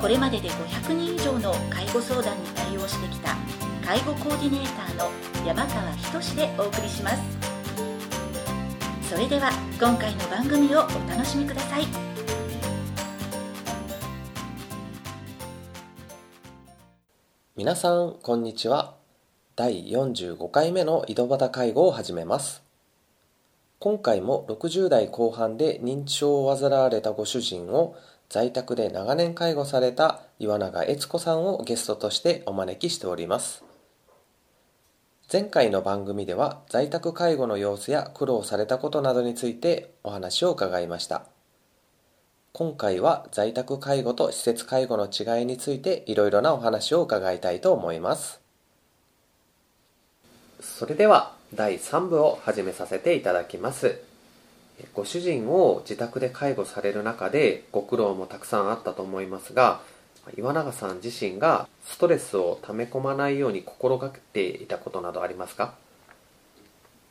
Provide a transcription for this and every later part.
これまでで500人以上の介護相談に対応してきた介護コーディネーターの山川仁でお送りしますそれでは今回の番組をお楽しみください皆さんこんにちは第45回目の井戸端介護を始めます今回も60代後半で認知症を患われたご主人を在宅で長年介護された岩永悦子さんをゲストとしてお招きしております前回の番組では在宅介護の様子や苦労されたことなどについてお話を伺いました今回は在宅介護と施設介護の違いについていろいろなお話を伺いたいと思いますそれでは第3部を始めさせていただきますご主人を自宅で介護される中でご苦労もたくさんあったと思いますが岩永さん自身がストレスをため込まないように心がけていたことなどありますか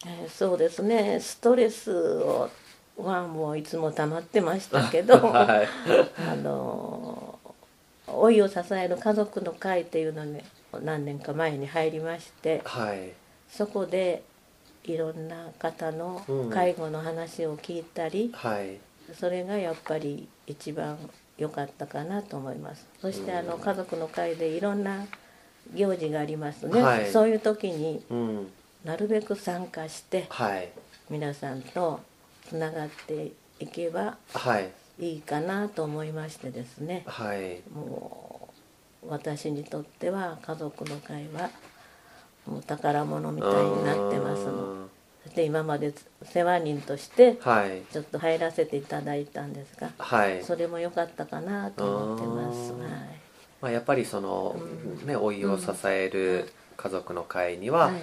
えーそうですねストレスをはもういつも溜まってましたけど、 はい、あのー老いを支える家族の会っていうのに何年か前に入りましてはい、そこでいろんな方のうん介護の話を聞いたり、はい、それがやっぱり一番良かったかなと思いますそしてあのうん家族の会でいろんな行事がありますね、はいそういう時にうん、なるべく参加してはい、皆さんとつながっていけばはい、いいかなと思いましてですねはい、もう私にとっては家族の会はもう宝物みたいになってますのうそして今まで世話人としてーんはい、ちょっと入らせていただいたんですがはい、それも良かったかなと思ってますうーんはまあ、やっぱりその、うね、老いを支える家族の会には、い、はい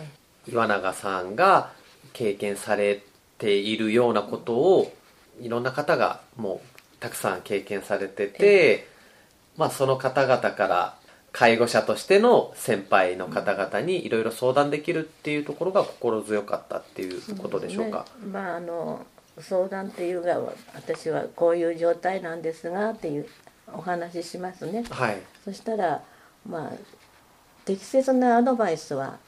岩永さんが経験されているようなことをいろんな方がもうたくさん経験されてて、まあ、その方々から介護者としての先輩の方々にいろいろ相談できるっていうところが心強かったっていうことでしょうか。ねまああの相談っていうが私はこういう状態なんですがっていうお話ししますねはい、そしたらまあ適切なアドバイスは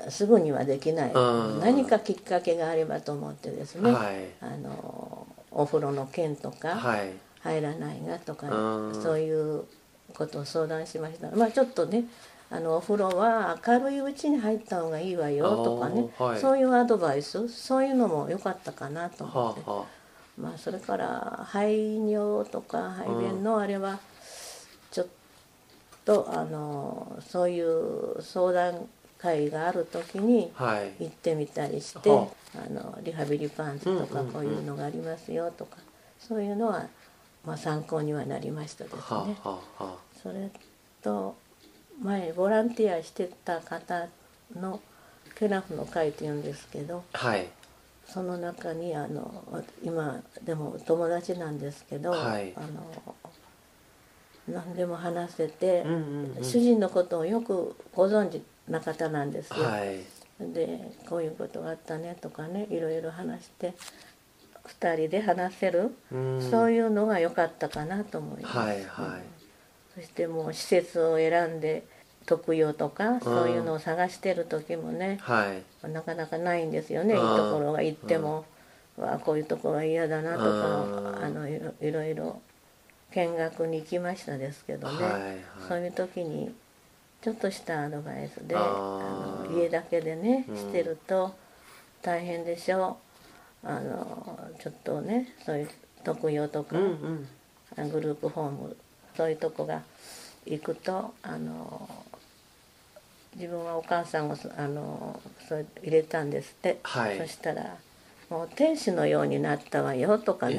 えーすぐにはできないうん何かきっかけがあればと思ってですね、はい、あのお風呂の件とか、はい、入らないがとか、うんそういうことを相談しましたまあちょっとねあのお風呂は明るいうちに入った方がいいわよとかね、あーはいそういうアドバイスそういうのも良かったかなと思っはて、あ、はまあそれから排尿とか排便のあれはちょっと、あのそういう相談会がある時にあ、はい、行ってみたりして、はあのリハビリパンツとかうんうんうんこういうのがありますよとか、そういうのは、まあ、参考にはなりましたですね。はあ、はあ、はそれと前ボランティアしてた方のケラフの会っていうんですけどあ、はい、その中にあの今でもお友達なんですけど、はいあの何でも話せて、うんうんうん、主人のことをよくご存知な方なんですよ。はい、でこういうことがあったねとかねいろいろ話して2人で話せる、うんそういうのが良かったかなと思います、はいはそしてもう施設を選んで特養とかそういうのを探してる時もい、ね、はい、なかなかないんですよね、うんいいところが行っても、わあこういうところは嫌だなとか、うんあのいろいろいろ見学に行きましたですけどね、はいそはういいう時にちょっとしたアドバイスでああーの家だけでねうんしてると大変でしょう、あのちょっとねそういう特養とか、うんうんグループホームそういうとこが行くとあの自分はお母さんをそあのそれ入れたんですって、はいそしたら「もう天使のようになったわよ」とかね、へ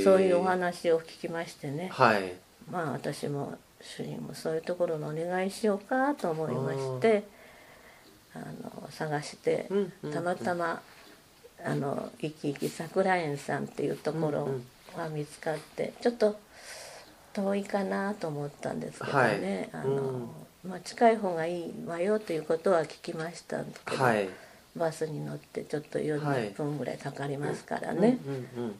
ーそういうお話を聞きましてね、はいまあ私も主人もそういうところのお願いしようかと思いましてあの探してうんうんたまたまあの生き生き桜園さんっていうところが見つかってちょっと遠いかなと思ったんですけどね、はいあのまあ、近い方がいいわよということは聞きましたけど、はいバスに乗ってちょっとはい40分ぐらいかかりますからね、うんうんうん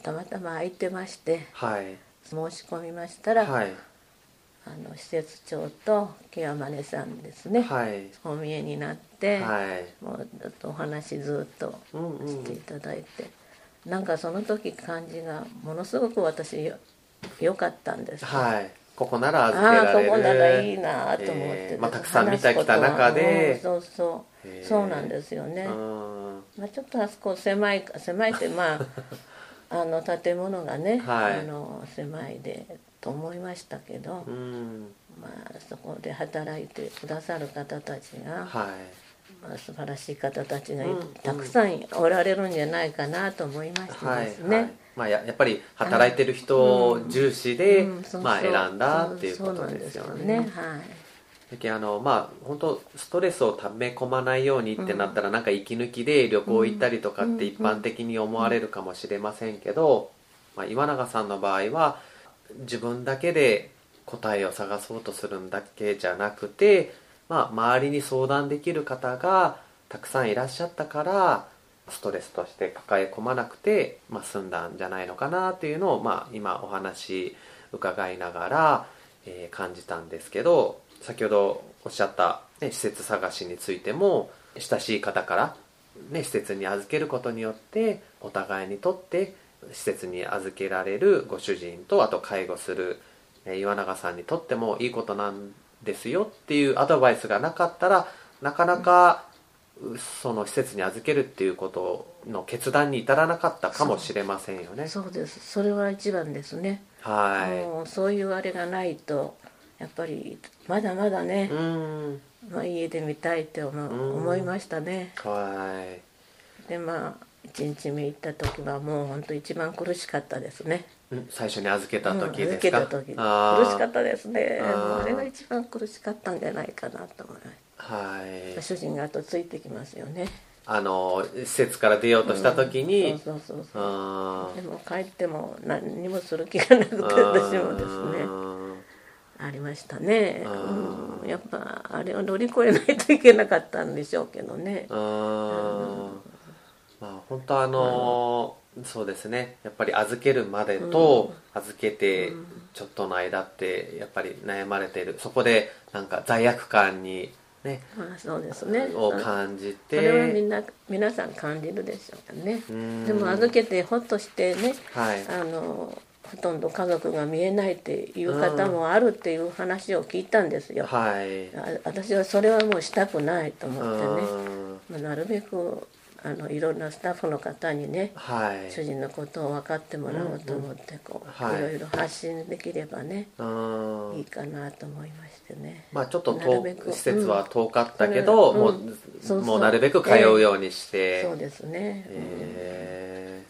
たまたま空いてましてはい申し込みましたら、はいあの施設長とケアマネさんですね、はいお見えになって、はいもうずっとお話ずっとうんうしていんただいて、なんかその時感じがものすごく私よ良かったんです、はいここなら預けああらこれるこならいいなと思って、えーまあたくさん見てきた中話ですことはうんそうそう、へーそうなんですよね、うんまあ、ちょっとあそこ狭いか狭いって まああの建物がね、はいあの狭いでと思いましたけど、うんまあ、そこで働いてくださる方たちが、はいまあ、素晴らしい方たちがいうんうんたくさんおられるんじゃないかなと思いましたはいですね。はいまあ、ややっぱり働いてる人重視で、うんそうそうまあ、選んだっていうこそとうそうですよなんね。よはいだけどあのまあ本当ストレスをため込まないようにってなったら、なんか息抜きで旅行行ったりとかってうん一般的に思われるかもしれませんけど、まあ、岩永さんの場合は自分だけで答えを探そうとするんだけじゃなくて、まあ、周りに相談できる方がたくさんいらっしゃったからストレスとして抱え込まなくて、まあ、済んだんじゃないのかなというのを、まあ、今お話伺いながら、えー感じたんですけど先ほどおっしゃった、ね、施設探しについても親しい方から、ね、施設に預けることによってお互いにとって施設に預けられるご主人とあと介護するえー岩永さんにとってもいいことなんですよっていうアドバイスがなかったらなかなかうその施設に預けるっていうことの決断に至らなかったかもしれませんよね。そうですそれは一番ですね、はもうそういうあれがないとやっぱりまだまだねい。う、ーん。まあ、家で見たいって思うんう思いましたねはい。でまあ1日目行った時はもう本当一番苦しかったですねうん最初に預けた時うんで預すけか、た時苦しあーかったですねあもーうあれが一番苦しかったんじゃないかなと思いまはいす主人が後ついてきますよねあの施設から出ようとした時に、うんそうそうそうそうあでも帰っても何にもする気がなくてー 私もですねありましたねあーうんやっぱあれを乗り越えないといけなかったんでしょうけどねうーんまあ本当あのーそうですねやっぱり預けるまでと、預けてちょっとの間ってやっぱり悩まれてるそこでなんか罪悪感にねまあそうですねをそ感じてれはみんな皆さん感じるでしょうかねうんでも預けてほっとしてねはいあのほとんど家族が見えないっていう方もあるっていう話を聞いたんですよ、はい、あ私はそれはもうしたくないと思うってね、ーんまあ、なるべくあのいろんなスタッフの方にねはい主人のことを分かってもらおうと思ってこう、はいいろいろ発信できればねうーんいいかなと思いましてね、まあちょっとなる遠べく施設は遠かったけど、うんもう,、うんそうそうもうなるべく通うようにして、そうですね、えー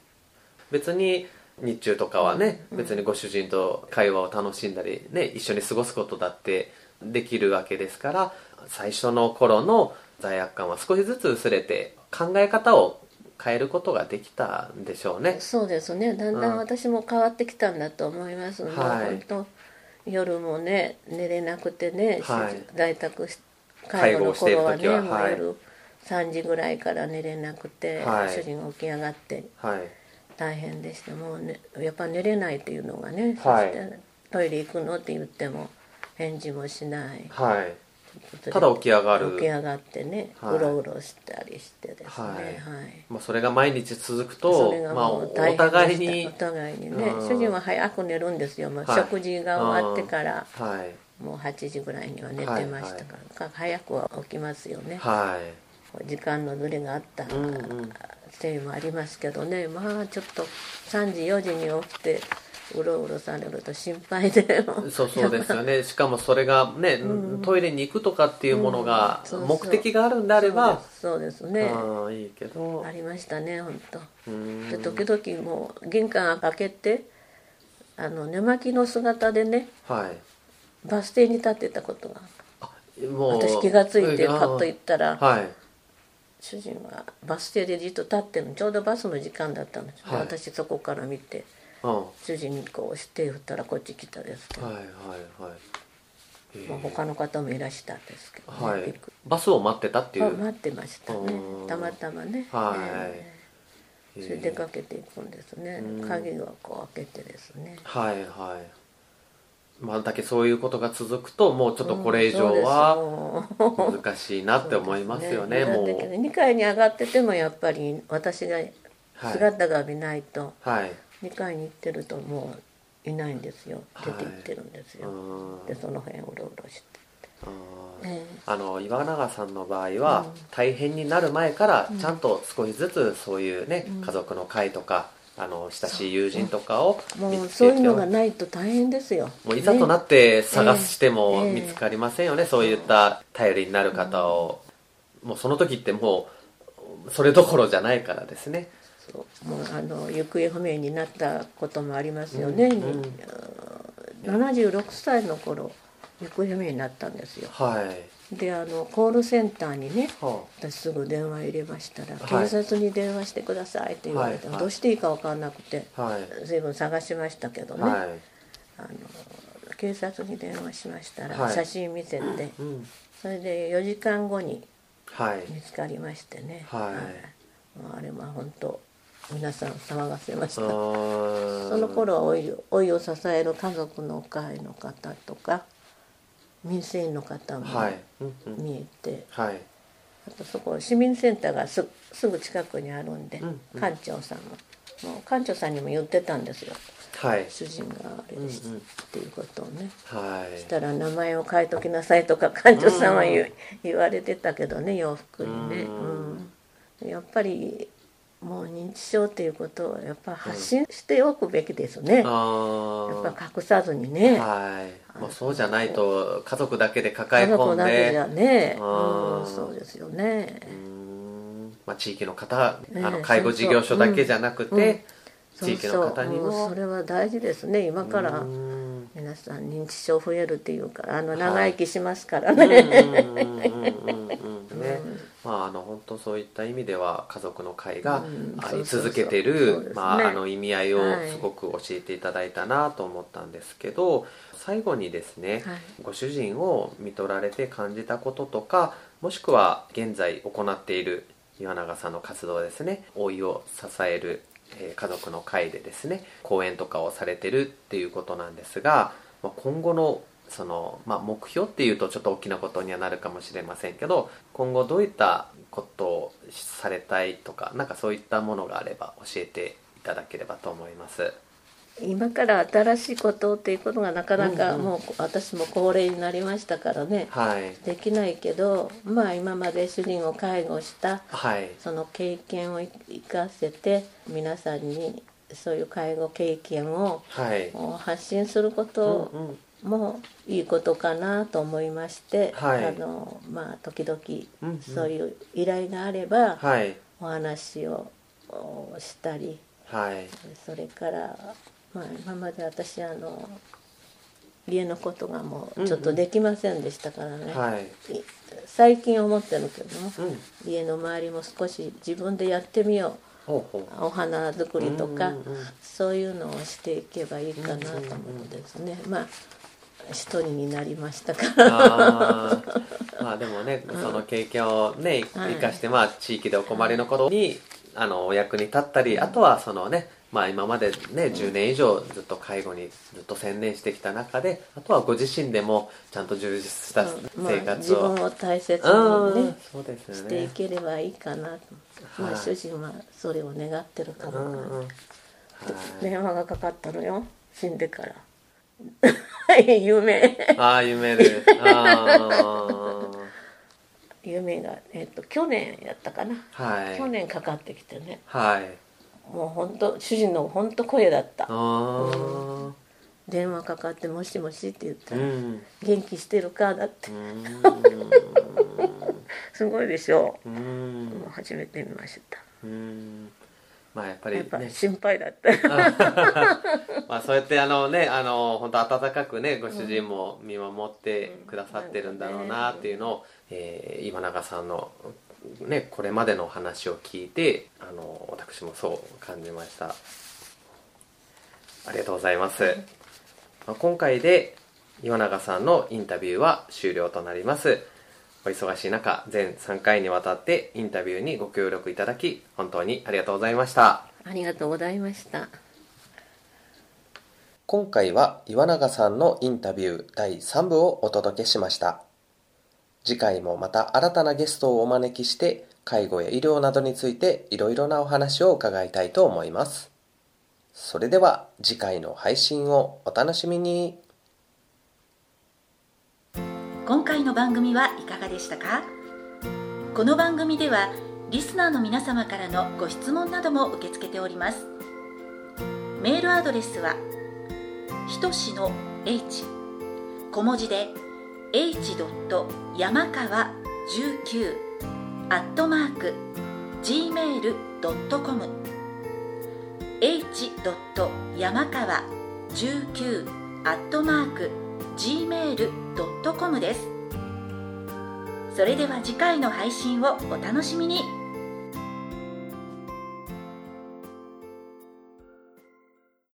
別に日中とかはね、別にご主人と会話を楽しんだりね一緒に過ごすことだってできるわけですから最初の頃の罪悪感は少しずつ薄れて考え方を変えることができたんでしょうねそうですねだんだうんん私も変わってきたんだと思いますので、はい本当夜もね寝れなくてね、はいし在宅し介介護護をのしている頃は時ねはもはうい夜3時ぐらいから寝れなくて、はい主人が起き上がってはい大変でしたもう、ね、やっぱ寝れないっていうのがね、はいそしてトイレ行くのって言っても返事もしないはいただ起き上がる起き上がってね、はいうろうろしたりしてですねはいはいまあ、それが毎日続くそとれがまあ、もおう大変でした、互いにお互いにねうん主人は早く寝るんですよ、もうはい食事が終わってからはいもう8時ぐらいには寝てましたから、か早くは起きますよね、はい時間のずれがあったうんうんせいもありますけどねまあちょっと3時4時に起きてうろうろされると心配でもうそうそう ですよ ねしかもそれがね、トイレに行くとかっていうものがうんそうそう目的があるんであれば、そうですそうですねああいいけどありましたね本当。うーんで時々もう玄関開けてあの寝巻きの姿でねはいバス停に立ってたことがもう私気がついてパッと行っったらはい主人はバス停でじっと立ってるのちょうどバスの時間だったんです、ではい私そこから見てうんは主人にこうして手振ったらこっち来たですけいど、はいはいえーまあ、他の方もいらしたんですけどね、はびっいくりバスを待ってたっていあう待ってましたねうんたまたまね、はいえええーそれ出かけていくんですね、うん鍵をこう開けてですねはいはいまあだけそういうことが続くともうちょっとこれ以上うはんそうですもう難しいなって思いますよねそうもですねだけうど2階に上がっててもやっぱり私がはい姿が見ないとはい2階に行ってるともういないんですよはい出て行ってるんですうよ、んでその辺うろうろして、うんえあの岩永さんの場合うはん大変になる前からうんちゃんと少しずつそういうね、うん家族の会とかあの親しい友人とかをえもう見つそうけいてうのがないと大変ですよもういざとなねって探してもええ見つかりませんよね、そういった頼りになる方を、もうその時ってもうそれどころじゃないからですねそうもうあの行方不明になったこともありますよね、うんうんうん76歳の頃行方不明になったんですよはいであのコールセンターにねは私すぐ電話入れましたら「はい警察に電話してください」って言われて、はいはいどうしていいか分かんなくてあはい随分探しましたけどね、はいあの警察に電話しましたらはい写真見せて、うんそれで4時間後にはい見つかりましてね、はいもうあれは本当皆さん騒がせましたそその頃は老い老いを支える家族の会の方とか民生委員の方もはい、うんうん、見えて、はいあとそこ市民センターがすすぐ近くにあるんで、うんうん館長さんももう館長さんにも言ってたんですよはい主人があれうんうんです、っていうことをねはいしたら名前を変えときなさいとか館長さんは言,、言われてたけどね洋服にね、うんうんやっぱりもう認知症っていうことをやっぱ発信しておくべきですね、やあっーぱ隠さずにね、はい、まあ、そうじゃないと家族だけで抱え家族込んだけじでゃね、あうーん、そうですよね、うーんまあ、地域の方、ええあの介護事業所だけじゃなくて、そうそううんうん地域の方にもそうそううんそれは大事ですね今からうーん皆さん認知症増えるっていうかあのい長生きしますからうんね、うんうんうんうんねうんまああの本当そういった意味では家族の会がうんあそうりそうそう続けてそうでするねまああの意味合いをはいすごく教えていただいたなと思ったんですけど最後にですねはいご主人を見取られて感じたこととかもしくは現在行っている岩永さんの活動ですね老いを支える、えー家族の会でですね講演とかをされてるっていうことなんですが、まあ、今後のその、まあ、目標っていうとちょっと大きなことにはなるかもしれませんけど今後どういったことをされたいとかなんかそういったものがあれば教えていただければと思います。今から新しいことっていうことがなかなうかんうんもう私も高齢になりましたからねはい、できないけどまあ今まで主人を介護したはい、その経験を生かせて皆さんにそういう介護経験をはい、発信することを、うんうんもいいことかなと思いまして、はいあのまあ、時うんう々んそういう依頼があれば、はい、お話をおしたりはい、それから、まあ、今まで私あの家のことがもうちょっとできませんでしたからね、はい、い最近思ってるけどもうん、家の周りも少し自分でやってみよほうほうお花作う。りとか。うんうんうんそういうのをしていけばいいかなと思ってですね、まあ一人になりまし たからあー まあでもね、その経験をね、はい生かして、まあ地域でお困りのことに、あの、お役に立ったり、あとはそのね、まあ今までね、10年以上ずっと介護にずっと専念してきた中で、あとはご自身でもちゃんと充実したうんまあ生活自を。分を大切うにんね、そうですしよていね。ければいいかなと、まはあい主人はそれを願ってるかうら、んうん。はい電話がかかったのよ死んでから 夢ああ、夢です。あ夢が、えっと去年やったかな、あ、はい。去年かかってきてねはい。もう本当主人の本当声だった、あ電話かかって「もしもし」って言ったあ、うら「ん。元気してるか?」だってうーんすごいでしょうーん初めて見ましたうーんまあやっぱりやっぱね心配だった、まあそうやってあのねあの本当温かくねご主人も見守ってくださってるんだろうなっていうのを、えー今永さんのねこれまでのお話を聞いてあの私もそう感じましたありがとうございます、まあ、今回で岩永さんのインタビューは終了となりますお忙しい中全3回にわたってインタビューにご協力いただき本当にありがとうございました ありがとうございました今回は岩永さんのインタビュー第3部をお届けしました次回もまた新たなゲストをお招きして介護や医療などについていろいろなお話を伺いたいと思いますそれでは次回の配信をお楽しみに今回の番組はいかがでしたかこの番組ではリスナーの皆様からのご質問なども受け付けておりますメールアドレスはひとしの h 小文字で h. 山川19アットマーク gmail.com h. 山川19アットマーク gmail.com ですそれでは次回の配信をお楽しみに